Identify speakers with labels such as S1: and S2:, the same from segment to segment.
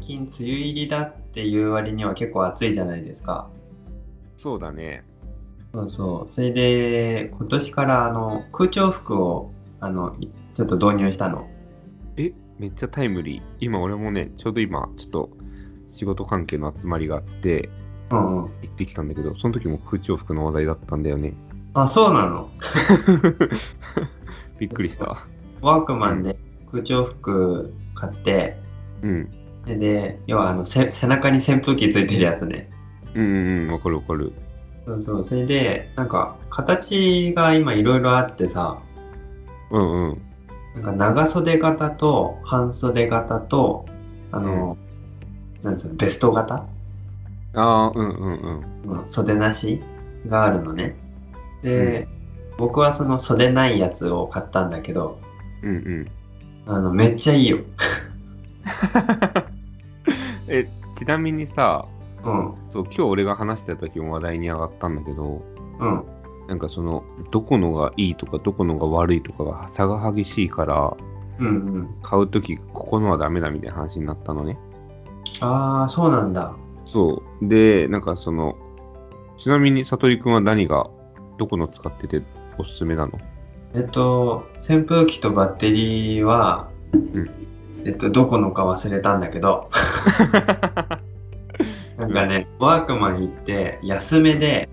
S1: 近梅雨入りだっていう割には結構暑いじゃないですか。
S2: そうだね。
S1: そうそう。それで、今年からあの空調服をあのいちょっと導入したの。
S2: え、めっちゃタイムリー。今、俺もね、ちょうど今、ちょっと仕事関係の集まりがあって、
S1: うんうん。
S2: 行ってきたんだけど、その時も空調服の話題だったんだよね。
S1: あ、そうなの。
S2: びっくりした。
S1: ワークマンで空調服買って、
S2: うん。
S1: で、で要はあのせ背中に扇風機ついてるやつね。
S2: うんうんうん、わかるわかる。
S1: そうそう。それで、なんか形が今いろいろあってさ、
S2: うんうん。
S1: なんか長袖型と半袖型と、あの、なんつうの、ベスト型
S2: ああ、うんうんうん。
S1: まあ袖なしがあるのね。で、僕はその袖ないやつを買ったんだけど、
S2: うんうん。
S1: あのめっちゃいいよ。
S2: え、ちなみにさ、
S1: うん、
S2: そう、今日俺が話してた時も話題に上がったんだけど、
S1: うん、
S2: なんかその、どこのがいいとか、どこのが悪いとかが差が激しいから、
S1: うん、うん。
S2: 買う時ここのはダメだみたいな話になったのね。
S1: ああ、そうなんだ。
S2: そう。で、なんかその、ちなみに、さとりくんは何が、どこの使ってておすすめなの
S1: えっと、扇風機とバッテリーは、えっと、どこのか忘れたんだけど、なんかね、ワークマン行って安めで、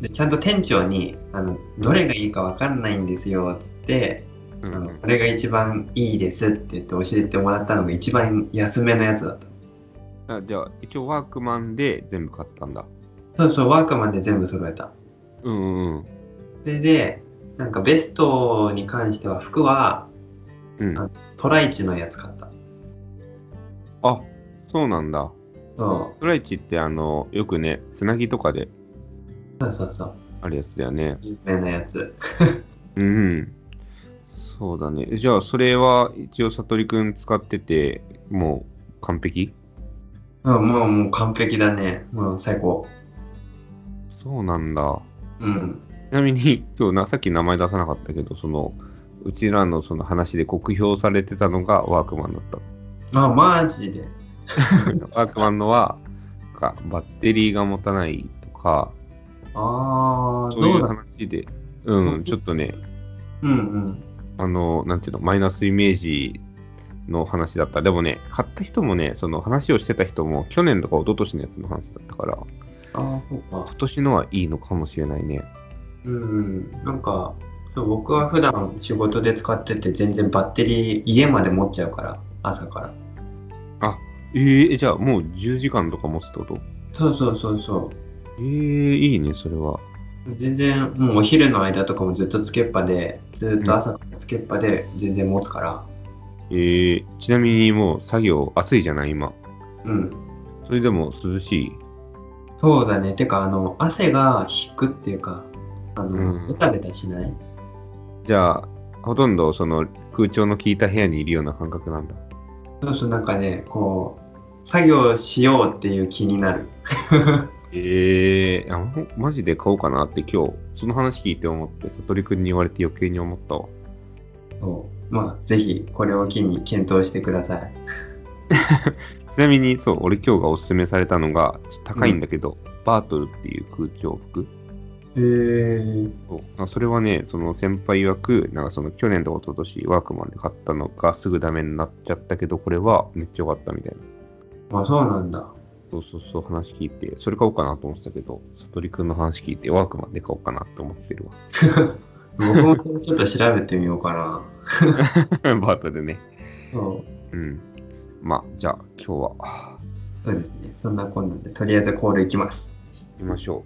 S1: でちゃんと店長にあのどれがいいかわかんないんですよっつって
S2: う
S1: あ
S2: ん
S1: の
S2: うん
S1: これが一番いいですって言って教えてもらったのが一番安めのやつだった
S2: あじゃあ、一応ワークマンで全部買ったんだ。
S1: そうそうワークマンで全部揃えた
S2: うんうん
S1: それでなんかベストに関しては服は
S2: うん。う
S1: あ
S2: ん、
S1: トライチのやつ買った
S2: あ、そうなんだ。
S1: そ
S2: ストライチって、あの、よくね、つなぎとかで
S1: うそうそうそう
S2: あるやつだよね。
S1: 有名なやつ
S2: うんうん。そうだね。じゃあ、それは一応、さとりくん使ってて、もう完璧
S1: うんもうもう完璧だねもう最高
S2: そうなんだ。
S1: うん
S2: ちなみに、 今日な、さっき名前出さなかったけど、その、うちらのその話で酷評されてたのがワークマンだった。
S1: あマジで
S2: ワークマンのは、なんかバッテリーが持たないとか、
S1: ああ
S2: そう
S1: ど
S2: いうう
S1: だ
S2: 話で、うん、ちょっとね、
S1: うんうん
S2: あの、なんていうの、マイナスイメージの話だった。でもね、買った人もね、その話をしてた人も、去年とか一昨年のやつの話だったから、
S1: ああそうか
S2: 今年のはいいのかもしれないね。
S1: うんなんかそう僕は普段仕事で使ってて全然バッテリー家まで持っちゃうから朝から
S2: えー、じゃあもう10時間とか持つってこと
S1: そうそうそうそう
S2: えー、いいね、それは。
S1: 全然もうお昼の間とかもずっとつけっぱでずっと朝からつけっぱで全然持つから
S2: えー、ちなみにもう作業、暑いじゃない、今。
S1: うん、
S2: それでも涼しい。
S1: そうだねてかあの汗が引くっていうかあの、
S2: うん
S1: ベタベタしない
S2: じゃあ、ほとんどその空調の効いた部屋にいるような感覚なんだ。
S1: そうそうなんかねこう作業しようっていう気になる
S2: えー、あほんマジで買おうかなって今日、その話聞いて思って、悟りくんに言われて余計に思ったわ。
S1: そうまあぜひこれを機に検討してください
S2: ちなみに、そう、俺今日がおすすめされたのが、ちょっと高いんだけど、バートルっていう空調服。
S1: へえ
S2: そうそれはね、その先輩曰く、なんかその去年とか一昨年ワークマンで買ったのがすぐダメになっちゃったけど、これはめっちゃ良かったみたいな。
S1: あそうなんだ
S2: そうそうそう、話聞いて、それ買おうかなと思ってたけど、さとりくんの話聞いて、ワークマンで買おうかなと思ってるわ。
S1: 僕もちょっと調べてみようかな
S2: バートルね。
S1: そう
S2: うん。まあ、じゃあ、今日は、
S1: そうですねそんなこんなんでとりあえずコールいきます
S2: 行きましょ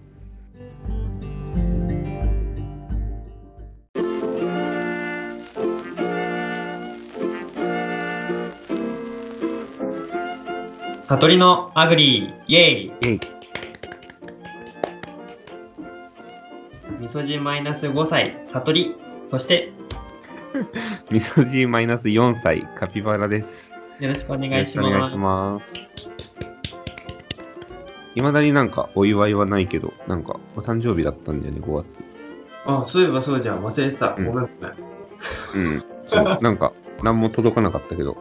S1: 悟りのアグリーイエイ
S2: う。えい。
S1: みそじマイナス5歳悟りそして
S2: みそじマイナス4歳、カピバラです。
S1: よろしくお願いし
S2: よろ
S1: ま
S2: くお願い
S1: す
S2: します。いまだになんかお祝いはないけど、なんかお誕生日だったんだよね、5月。
S1: あそういえばそうじゃん忘れてた
S2: うん
S1: ごめんごめん
S2: うん。そう、なんか、何も届かなかったけど。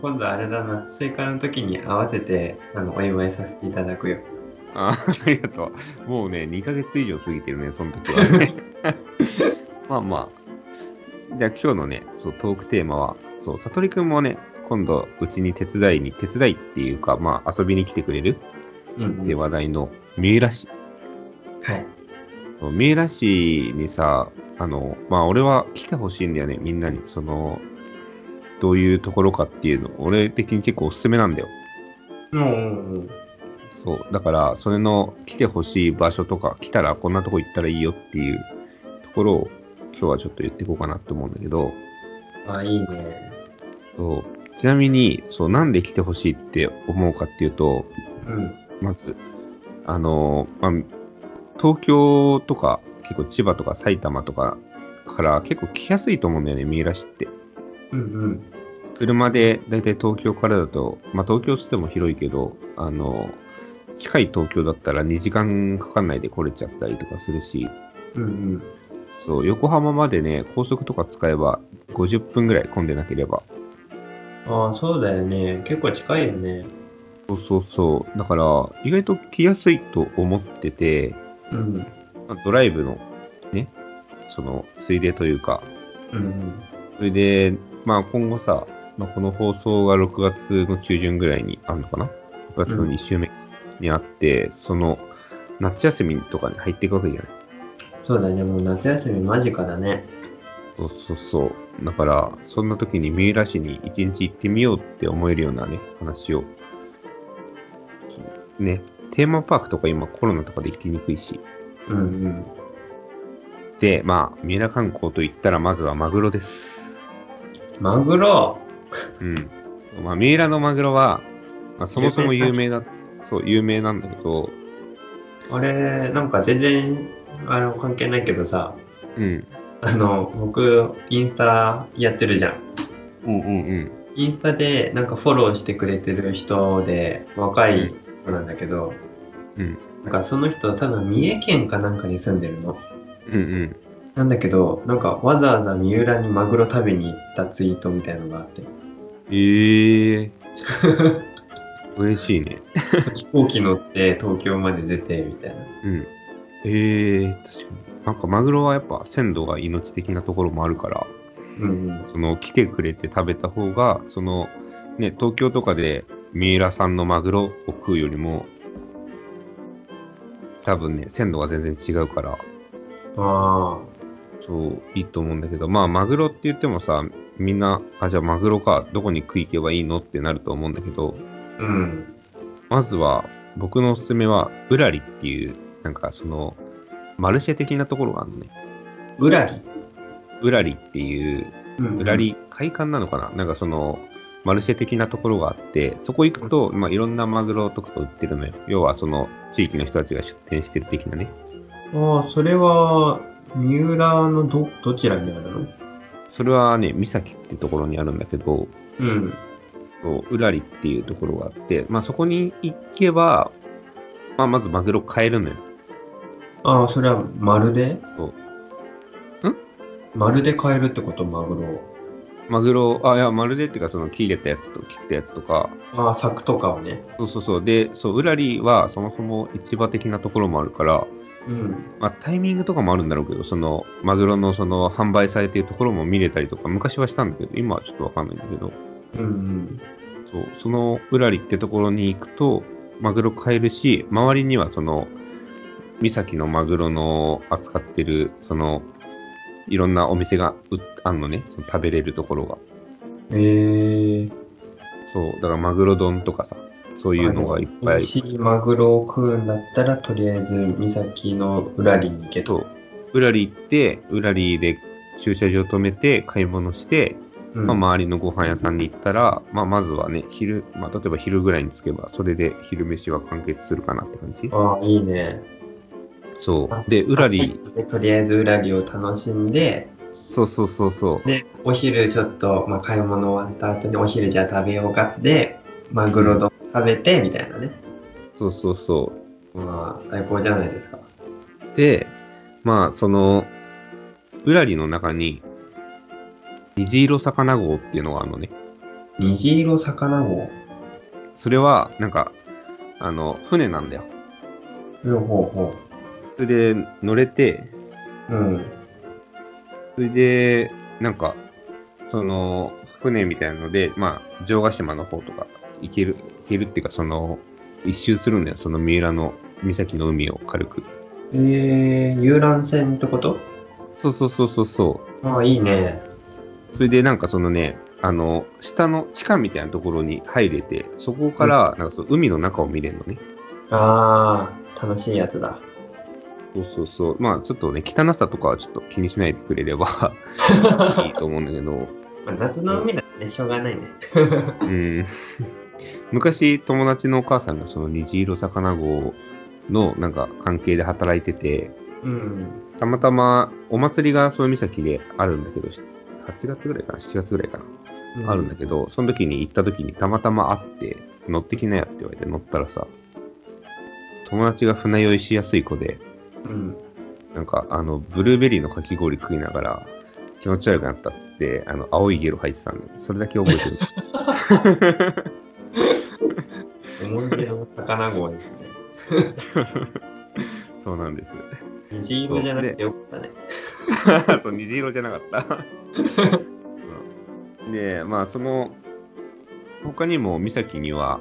S1: 今度あれだな、スイカの時に合わせてあのお祝いさせていただくよ。
S2: あーありがとう。もうね、2ヶ月以上過ぎてるね、その時は、ね。まあまあ。じゃあ今日のね、そうトークテーマは、そう、さとりくんもね、今度うちに手伝いに、手伝いっていうか、まあ遊びに来てくれる
S1: うん、うん。
S2: って話題の三浦市。
S1: はい。
S2: そう三浦市にさ、あの、まあ俺は来てほしいんだよね、みんなに。その、どういうところかっていうの、俺的に結構おすすめなんだよ。
S1: もう、
S2: そう、だから、それの来てほしい場所とか、来たらこんなとこ行ったらいいよっていうところを、今日はちょっと言っていこうかなと思うんだけど、
S1: あ、いいね。
S2: そうちなみに、そう、なんで来てほしいって思うかっていうと、
S1: うん。
S2: まず、あの、まあ、東京とか、結構千葉とか埼玉とかから結構来やすいと思うんだよね、三浦市って。
S1: うんうん。
S2: 車でだいたい東京からだと、まあ、東京っつっても広いけどあの近い東京だったら2時間かかんないで来れちゃったりとかするし
S1: うんうん。
S2: そう横浜までね高速とか使えば50分ぐらい混んでなければ
S1: ああ、そうだよね。結構近いよね。
S2: そうそうそうだから意外と来やすいと思ってて、
S1: うん。
S2: まあドライブのねそのついでというか
S1: うん
S2: それで、まあ、今後さ、まあ、この放送が6月の中旬ぐらいにあるのかな ?6 月の2週目にあって、その夏休みとかに入っていくわけじゃない。
S1: うん。そうだね。もう夏休み間近だね。
S2: そうそうそう。だから、そんな時に三浦市に一日行ってみようって思えるようなね、話を。ね、テーマパークとか今コロナとかで行きにくいし。
S1: うんうん。
S2: で、まあ、三浦観光といったらまずはマグロです。
S1: マグロ
S2: うん。まあ、三浦のマグロは、まあ、そもそも有名だ、そう、有名なんだけど、
S1: あれ、なんか全然、あの、関係ないけどさ、
S2: うん。
S1: あの、僕、インスタやってるじゃん。
S2: うんうんうん。
S1: インスタでなんかフォローしてくれてる人で若い子なんだけど、
S2: うん
S1: なんかその人多分三重県かなんかに住んでるの
S2: うん
S1: なんだけどなんかわざわざ三浦にマグロ食べに行ったツイートみたいのがあって
S2: うん。え え嬉しいね。
S1: 飛行機乗って東京まで出てみたいな
S2: うん。ええ確かに。なんかマグロはやっぱ鮮度が命的なところもあるから、
S1: うん
S2: その来てくれて食べた方が、そのね、東京とかで三浦さんのマグロを食うよりも、多分ね、鮮度が全然違うから、
S1: うんあ
S2: そう、いいと思うんだけど、まあ、マグロって言ってもさ、みんな、あ、じゃあマグロか、どこに食い行けばいいのってなると思うんだけど、
S1: あうん
S2: まずは、僕のおすすめは、ぶらりっていう、なんかその、マルシェ的なところがあるのね。
S1: ぶらり
S2: ぶらりっていう、
S1: うん
S2: ぶらり会館なのかな、なんかその、マルシェ的なところがあって、そこ行くと、まあ、いろんなマグロとか売ってるのよ。要は、その、地域の人たちが出店してる的なね。
S1: ああそれは三浦のどどちらにあるの
S2: それはね、三崎ってところにあるんだけど、
S1: うん
S2: とうらりっていうところがあって、まあ、そこに行けば、まあ、まずマグロ買えるのよ。
S1: ああそれはまるで
S2: そうん
S1: まるで買えるってことマグロを
S2: マグロ、あ、いや、まるでっていうか、その切れたやつと切ったやつとか、
S1: ああ、柵とかをね。
S2: そうそうそう。で、そう、うらりはそもそも市場的なところもあるから、
S1: うん。
S2: まあ、タイミングとかもあるんだろうけど、その、マグロのその、販売されているところも見れたりとか、昔はしたんだけど、今はちょっとわかんないんだけど、
S1: うん
S2: そう、そのうらりってところに行くと、マグロ買えるし、周りにはその、三崎のマグロの扱ってる、その、いろんなお店がうあんのね、その食べれるところが。
S1: うん。ええー。
S2: そう、だからマグロ丼とかさ、そういうのがいっ
S1: 美
S2: ぱい
S1: 味。しいマグロを食うんだったら、とりあえず岬の裏に行けと。
S2: そう、うらり行って、うらりで駐車場止めて、買い物して、
S1: うん
S2: まあ、周りのご飯屋さんに行ったら、まあ、まずはね、昼、まあ、例えば昼ぐらいに着けば、それで昼飯は完結するかなって感じ。
S1: ああ、いいね。
S2: そう。で、うらり、
S1: でとりあえず裏にを楽しんで、
S2: そうそうそうそう。
S1: で、お昼ちょっと、まあ、買い物終わった後にお昼じゃあ食べようかつで、マグロ丼食べて、みたいなね。
S2: そうそうそう。
S1: まあ、最高じゃないですか。
S2: で、まあ、その、うらりの中に、虹色魚号っていうのがあるのね。
S1: 虹色魚号。
S2: それは、なんか、あの、船なんだよ。
S1: ほうほ
S2: それで乗れて、
S1: うほう。うん。
S2: それで、なんか、その、船みたいなので、まあ、城ヶ島の方とか行ける、行けるっていうか、その、一周するんだよ、その三浦の岬の海を軽く。
S1: えー、遊覧船ってこと
S2: そうそうそうそうそ
S1: ああ、いいね。
S2: う。それで、なんかそのね、あの、下の地下みたいなところに入れて、そこから、なんかその海の中を見れるのね。
S1: ああ、楽しいやつだ。
S2: そうそうそう。まあ、ちょっとね、汚さとかはちょっと気にしないでくれればいいと思うんだけど、
S1: まあ、夏の海だしね、しょうがないね。
S2: うん、 昔友達のお母さんがその虹色魚号のなんか関係で働いてて
S1: うん。
S2: たまたまお祭りがそういう岬であるんだけどし8月ぐらいかな7月ぐらいかな、あるんだけどその時に行った時にたまたま会って乗ってきなよって言われて乗ったらさ友達が船酔いしやすい子で
S1: うん。
S2: なんかあのブルーベリーのかき氷食いながら気持ち悪くなったっつってあの青いゲロ入ってたんでそれだけ覚えてる
S1: 思い出の魚号ですね。
S2: そうなんです。
S1: 虹色じゃなくてよかったね。
S2: そう、虹色じゃなかった。うんで、まあ、その、他にも、岬には、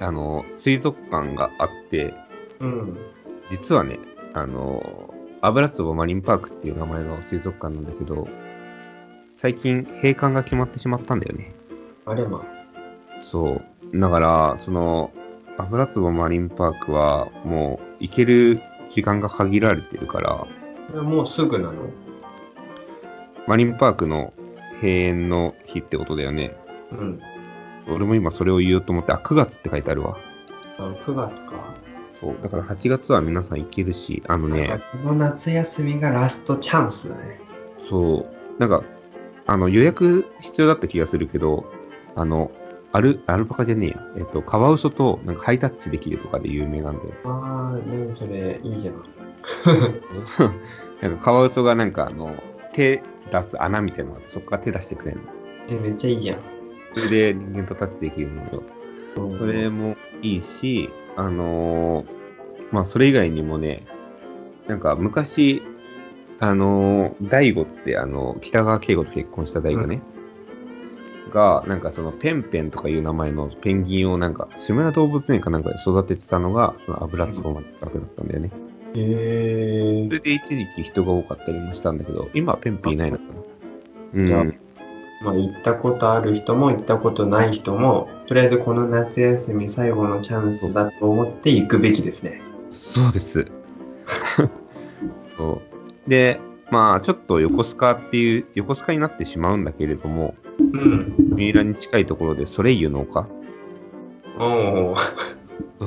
S2: あの、水族館があって、
S1: うん。
S2: 実はね、あの、油壺マリンパークっていう名前の水族館なんだけど、最近閉館が決まってしまったんだよね。
S1: あれま。
S2: そう。だから、その、油壺マリンパークは、もう、行ける時間が限られてるから、
S1: これはもうすぐなの
S2: マリンパークの閉園の日ってことだよね。
S1: うん。
S2: 俺も今それを言おうと思って、あ、9月って書いてあるわ。
S1: あ9月か。
S2: そう。だから8月は皆さん行けるし、あの
S1: じゃあ
S2: ね、
S1: この夏休みがラストチャンスだね。
S2: そう。なんか、あの、予約必要だった気がするけど、あの、アル、アルパカじゃねえや。えっと、カワウソと、なんかハイタッチできるとかで有名なんだよ。
S1: ああ、ねそれ、いいじゃん。
S2: なんかカワウソがなんかあの、手出す穴みたいなのがあってそこから手出してくれるの。
S1: え、めっちゃいいじゃん。
S2: それで人間とタッチできるのよ。
S1: うん
S2: それもいいし、あのーまあ、それ以外にもね、なんか昔、あのー大悟って、あの北川景子と結婚した大悟ね、が、なんかそのペンペンとかいう名前のペンギンをなんか、志村動物園かなんかで育ててたのが、その油壺まで高くなったんだよね。
S1: へえ
S2: それで一時期人が多かったりもしたんだけど、今はペンペンいないのかな。う
S1: じゃあ
S2: ん、
S1: まあ、行ったことある人も行ったことない人も、とりあえずこの夏休み最後のチャンスだと思って行くべきですね。
S2: そうです。そう。で、まあ、ちょっと横須賀っていう、横須賀になってしまうんだけれども、
S1: うん。
S2: 三浦に近いところでソレイユの丘。
S1: おお。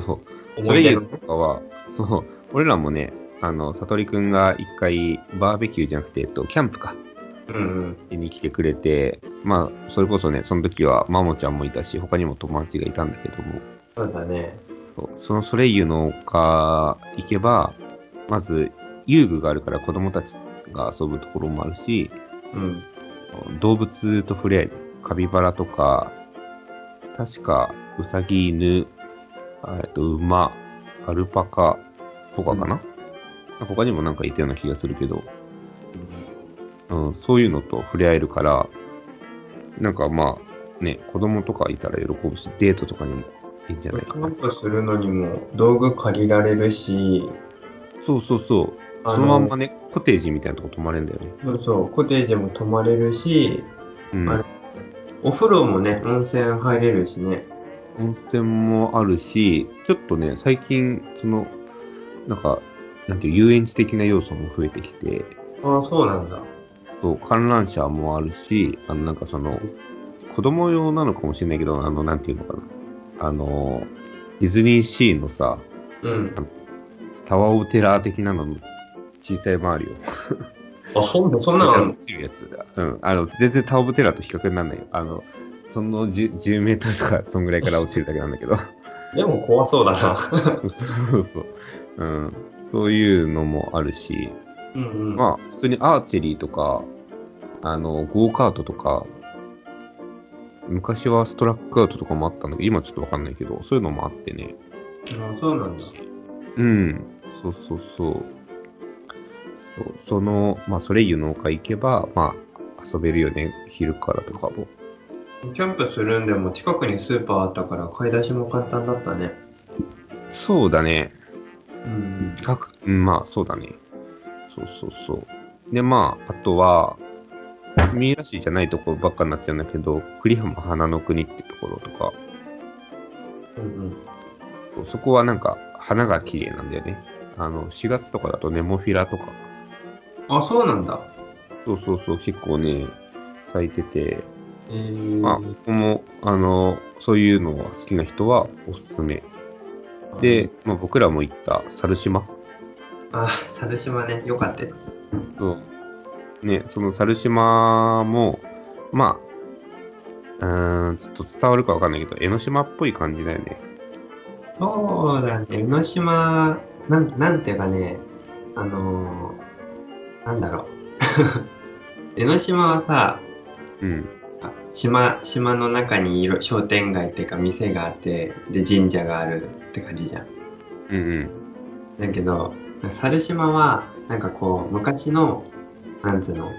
S2: そう。ソ
S1: 思
S2: レ
S1: い
S2: イ
S1: 出
S2: ユ
S1: の
S2: の丘は、そう、俺らもね、あの、さとりくんが一回、バーベキューじゃなくて、えっと、キャンプか、
S1: うん
S2: に来てくれて、まあ、それこそね、その時は、マモちゃんもいたし、他にも友達がいたんだけども、
S1: うん。そうだね。
S2: そうそのソレイユの丘行けば、まず遊具があるから子供たちが遊ぶところもあるし、
S1: うん。
S2: 動物と触れ合える。カピバラとか、確かウサギ、犬、あえっと馬、アルパカとかかな、他にもなんかいたような気がするけど、うん、そういうのと触れ合えるから、なんかまあ、ね、子供とかいたら喜ぶし、デートとかにもいいんじゃないか
S1: キ
S2: な
S1: ャン。プするのにも道具借りられるし、
S2: そうそうそう。
S1: あの
S2: そのまんまね、コテージみたいなとこ泊まれるんだよね。
S1: そうそう、コテージも泊まれるし、
S2: うん。
S1: あれお風呂もね、温泉入れるしね。
S2: 温泉もあるし、ちょっとね、最近、その、なんか、なんていう、遊園地的な要素も増えてきて、
S1: ああ、そうなんだ。
S2: そう観覧車もあるし、あの、なんかその、子供用なのかもしれないけど、あの、なんていうのかな。あの、ディズニーシーのさ、
S1: うん。
S2: タワーオブテラー的なのの小さい周りを。
S1: あ、そんな、そんなのあんの
S2: 落ちるやつだ。うん。あの、全然タワーオブテラーと比較にならないよ。あの、その 10, 10メートルとか、そんぐらいから落ちるだけなんだけど。
S1: でも怖そうだな。
S2: そうそう。うん。そういうのもあるし、
S1: うんうん。
S2: まあ、普通にアーチェリーとか、あの、ゴーカートとか、昔はストラックアウトとかもあったんだけど、今ちょっとわかんないけど、そういうのもあってね。
S1: あそうなんだ。
S2: うん、そうそうそう。そうその、まあ、ソレイユの丘行けば、まあ、遊べるよね、昼からとかも。
S1: キャンプするんでも近くにスーパーあったから買い出しも簡単だったね。
S2: そうだね。
S1: うん。
S2: かくうんまあ、そうだね。そうそうそう。で、まあ、あとは、三浦市じゃないところばっかになっちゃうんだけど、栗浜花の国ってところとか、
S1: うん
S2: そこはなんか花が綺麗なんだよね。あの、4月とかだとネモフィラとか、
S1: うん、あ、そうなんだ。
S2: そうそうそう、結構ね、咲いてて、
S1: えー、
S2: まあ、僕も、あの、そういうのが好きな人はおすすめ。で、、まあ、僕らも行った猿島。
S1: あ、猿島ね、よかったよ。
S2: そう。ね、その猿島も、まあ、うーん、ちょっと伝わるかわかんないけど、江ノ島っぽい感じだよね。
S1: そうだね、江ノ島、なんなんていうかね、あのー、なんだろ う。江ノ島はさ、
S2: うん。
S1: あ島島の中にいろ商店街っていうか店があってで神社があるって感じじゃん。
S2: うんうん。
S1: だけど猿島はなんかこう昔のなんつうの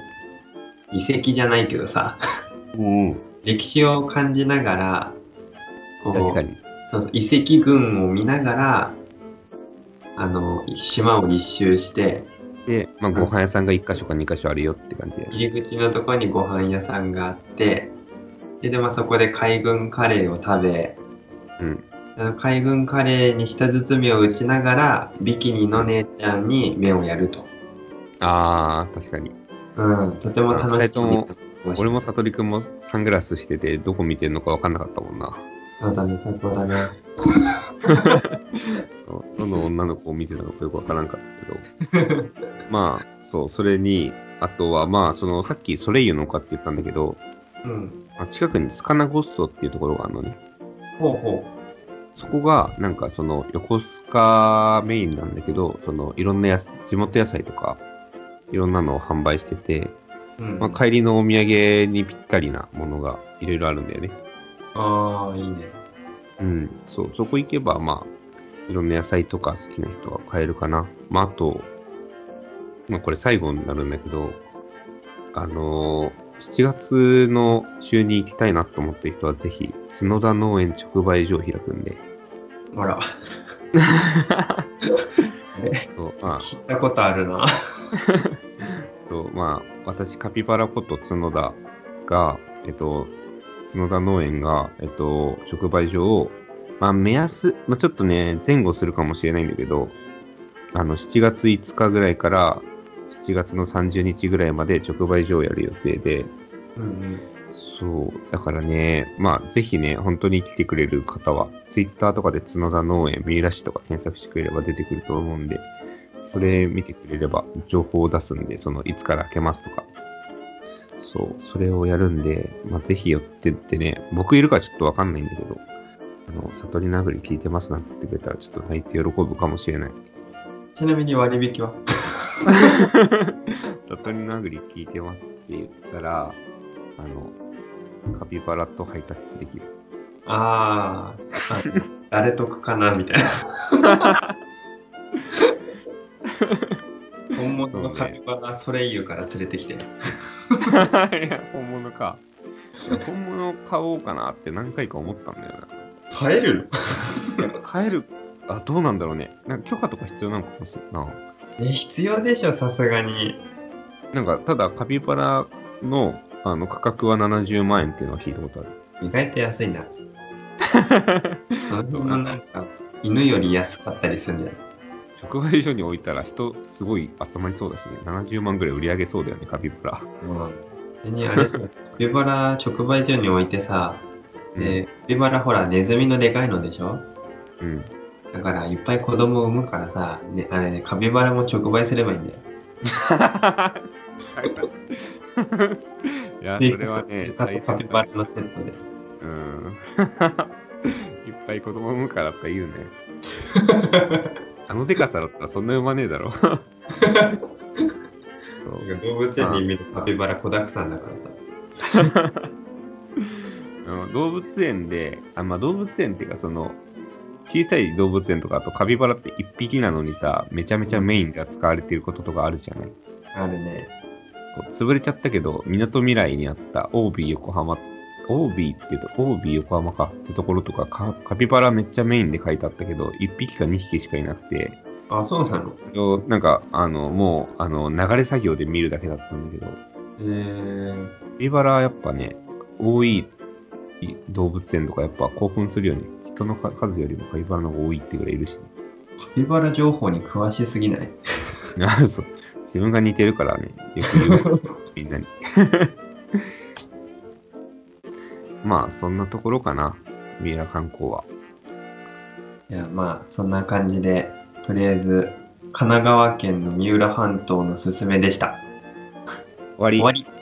S1: 遺跡じゃないけどさ
S2: うん
S1: 歴史を感じながらこう
S2: 確かに。
S1: そうそう遺跡群を見ながらあの島を一周して
S2: で、まあ、ご飯屋さんが1箇所か2箇所あるよって感じだよね。
S1: 入り口のところにご飯屋さんがあってでで、まあ、そこで海軍カレーを食べ
S2: うん。
S1: あの海軍カレーに舌包みを打ちながらビキニの姉ちゃんに目をやると、
S2: あー、確かに。
S1: うん、とても楽しい
S2: あ二人とも
S1: 過ごし
S2: 俺も悟りくんもサングラスしてて、どこ見てんのか分かんなかったもんな。
S1: そうだね最高だね
S2: そうどの女の子を見てたのかよくわからんかった けど。まあ、そう、それに、あとは、まあ、その、さっきソレイユの丘って言ったんだけど、
S1: うん
S2: まあ近くにスカナゴストっていうところがあるのね。
S1: ほうほ
S2: そこが、なんかその、横須賀メインなんだけど、その、いろんなやす地元野菜とか、いろんなのを販売してて、
S1: う、うん
S2: まあ、帰りのお土産にぴったりなものがいろいろあるんだよね。
S1: ああいいね
S2: うん、そう、そこ行けば、まあ、いろんな野菜とか好きな人は買えるかな。まあ、あと、まあ、これ最後になるんだけど、あのー7月の週に行きたいなと思ってる人は、ぜひ、角田農園直売所を開くんで。
S1: ほら
S2: そう、ま
S1: 聞いたことあるな
S2: あ、そう、まあ、私、カピバラこと角田が、えっと、角田農園が、えっと、直売所を、まあ、目安、まあ、ちょっとね、前後するかもしれないんだけど、あの、7月5日ぐらいから、7月の30日ぐらいまで直売所をやる予定で、
S1: うん
S2: そう、だからね、まあ、ぜひね、本当に来てくれる方は、ツイッターとかで角田農園、三浦市とか検索してくれれば出てくると思うんで、それ見てくれれば情報を出すんで、その、いつから開けますとか。そう、それをやるんで、まあ、ぜひ寄ってってね、僕いるかちょっとわかんないんだけど、あの、悟り殴り聞いてますなんて言ってくれたら、ちょっと泣いて喜ぶかもしれない。
S1: うん、ちなみに割引は
S2: 悟り殴り聞いてますって言ったら、あの、カピバラとハイタッチできる。
S1: あーあ誰得かなみたいな本物のカピバラソレイユから連れてきて
S2: いや本物か。いや本物買おうかなって何回か思ったんだよ
S1: 帰るの
S2: な。いや買える、あ、どうなんだろうね。なんか許可とか必要なのかもしれない
S1: ね、必要でしょ、さすがに。
S2: な。なんか、ただカピバラのあの価格は70万円っていうのは聞いたことある。
S1: 意外と安い な。そ
S2: そうん
S1: ななんか、犬より安かったりするんじゃない
S2: 直売所に置いたら人すごい集まりそうだしね。70万ぐらい売り上げそうだよね、カピバラ。
S1: うん。別にあれ、ビバラ直売所に置いてさ、で、ビバラほら、ネズミのでかいのでしょ
S2: うん。 うん。
S1: だから、いっぱい子供を産むからさ、ね、あれね、カピバラも直売すればいいんだよ。
S2: いや、
S1: で
S2: それはね、
S1: カピ
S2: 最先
S1: バ
S2: 端
S1: ラのセットで。
S2: うん いっぱい子供産むからとか言うね。あのでかさだったらそんな産まねえだろ。そう
S1: 動物園に見るカピバラ子だくさんだからさ。
S2: あの動物園で、あまあ、動物園っていうか、その、小さい動物園とか、あとカピバラって1匹なのにさ、めちゃめちゃメインが使われてることとかあるじゃない。
S1: あるね。
S2: こう潰れちゃったけど、みなとみらいにあった OB 横浜、OB っていうと、OB 横浜かってところとかか、カピバラめっちゃメインで書いてあったけど、1匹か2匹しかいなくて、
S1: あ、そうなの
S2: そうなんか、あの、もう、あの、流れ作業で見るだけだったんだけど、
S1: えー、
S2: カピバラはやっぱね、多い動物園とかやっぱ興奮するよね。人のか数よりもカピバラの方が多いってぐらいいるし、
S1: カピバラ情報に詳しすぎない。
S2: ね。 あそう。自分が似てるからね、よく言う。みんなに。 まあ、そんなところかな。三浦観光は。
S1: いや、まあ、そんな感じで、とりあえず、神奈川県の三浦半島のすすめでした。
S2: 終わり
S1: 終。わり。